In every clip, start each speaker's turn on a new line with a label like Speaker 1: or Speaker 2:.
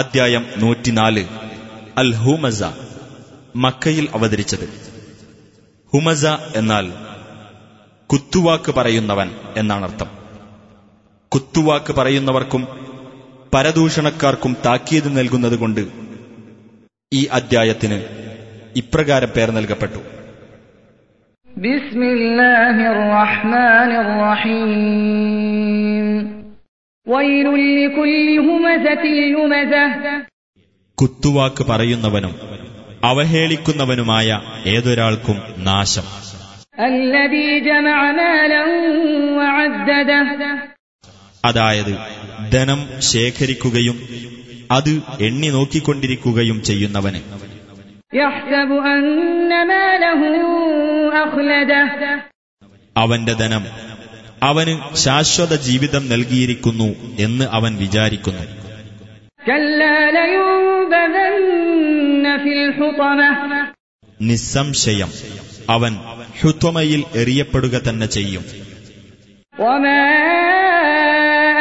Speaker 1: അദ്ധ്യായം നൂറ്റിനാല് അൽ ഹുമസ മക്കയിൽ അവതരിച്ചത് ഹുമസ എന്നാൽ കുത്തുവാക്ക് പറയുന്നവൻ എന്നാണർത്ഥം കുത്തുവാക്ക് പറയുന്നവർക്കും പരദൂഷണക്കാർക്കും താക്കീത് നൽകുന്നതുകൊണ്ട് ഈ അദ്ധ്യായത്തിന് ഇപ്രകാരം പേർ നൽകപ്പെട്ടു
Speaker 2: بسم الله الرحمن الرحيم ويل لكل همزة يمزة
Speaker 1: കുത്തുവാക്ക് പറയുന്നവനും അവഹേളിക്കുന്നവനുമായ ഏതൊരാൾക്കും നാശം
Speaker 2: الذي جمع مالا وعدده
Speaker 1: അതായത് ധനം ശേഖരിക്കുകയും അത് എണ്ണി നോക്കിക്കൊണ്ടിരിക്കുകയും ചെയ്യുന്നവന്
Speaker 2: يحسب أن ماله أخلده
Speaker 1: അവന്റെ ധനം അവന് ശാശ്വത ജീവിതം നൽകിയിരിക്കുന്നു എന്ന് അവൻ വിചാരിക്കുന്നു
Speaker 2: كلا لينبذن في الحطمة
Speaker 1: നിസ്സംശയം അവൻ ഹുത്വമയിൽ എറിയപ്പെടുക തന്നെ ചെയ്യും
Speaker 2: وما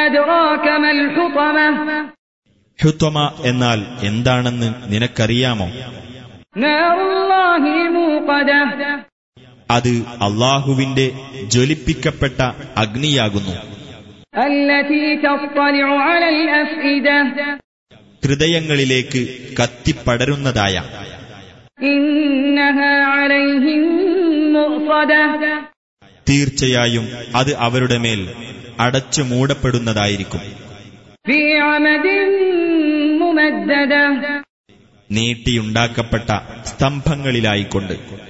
Speaker 2: أدراك ما الحطمة
Speaker 1: ഹുത്വമ എന്നാൽ എന്താണെന്ന് നിനക്കറിയാമോ
Speaker 2: نار الله الموقدة
Speaker 1: അത് അള്ളാഹുവിന്റെ ജ്വലിപ്പിക്കപ്പെട്ട അഗ്നിയാകുന്നു
Speaker 2: التي تطلع على الأفئدة
Speaker 1: ഹൃദയങ്ങളിലേക്ക് കത്തിപ്പടരുന്നതായ
Speaker 2: إنها عليهم مؤصدة
Speaker 1: തീർച്ചയായും അത് അവരുടെ മേൽ അടച്ചു മൂടപ്പെടുന്നതായിരിക്കും
Speaker 2: في عمد ممددة
Speaker 1: നീട്ടിയുണ്ടാക്കപ്പെട്ട സ്തംഭങ്ങളിലായിക്കൊണ്ട്